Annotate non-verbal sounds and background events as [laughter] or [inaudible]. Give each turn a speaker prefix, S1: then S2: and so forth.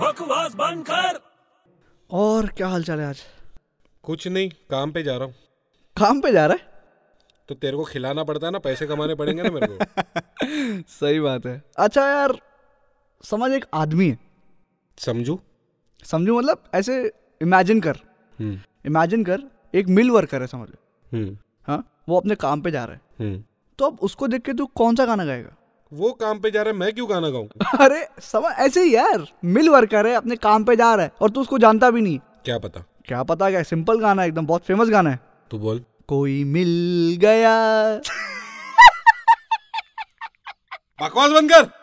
S1: बकवास बंद कर
S2: और क्या हाल चाल है आज
S3: कुछ नहीं काम पे जा रहा हूँ
S2: काम पे जा रहा है
S3: तो तेरे को खिलाना पड़ता है ना पैसे कमाने पड़ेंगे ना मेरे को
S2: सही बात है अच्छा यार समझ एक आदमी है
S3: [laughs] समझू
S2: समझो मतलब ऐसे इमेजिन कर
S3: हम्म
S2: इमेजिन कर एक मिल वर्कर है समझ लो
S3: हम्म
S2: हाँ वो अपने काम पे जा रहा है
S3: हम्म
S2: तो अब उसको देख के तू कौन सा गाना गाएगा [laughs]
S3: वो काम पे जा रहा है मैं क्यों गाना गाऊं
S2: अरे समझ ऐसे ही यार मिल वर्कर है अपने काम पे जा रहा है और तू उसको जानता भी नहीं
S3: क्या पता
S2: क्या पता क्या सिंपल गाना है एकदम बहुत फेमस गाना है
S3: तू बोल
S2: कोई मिल गया
S3: बकवास बंद कर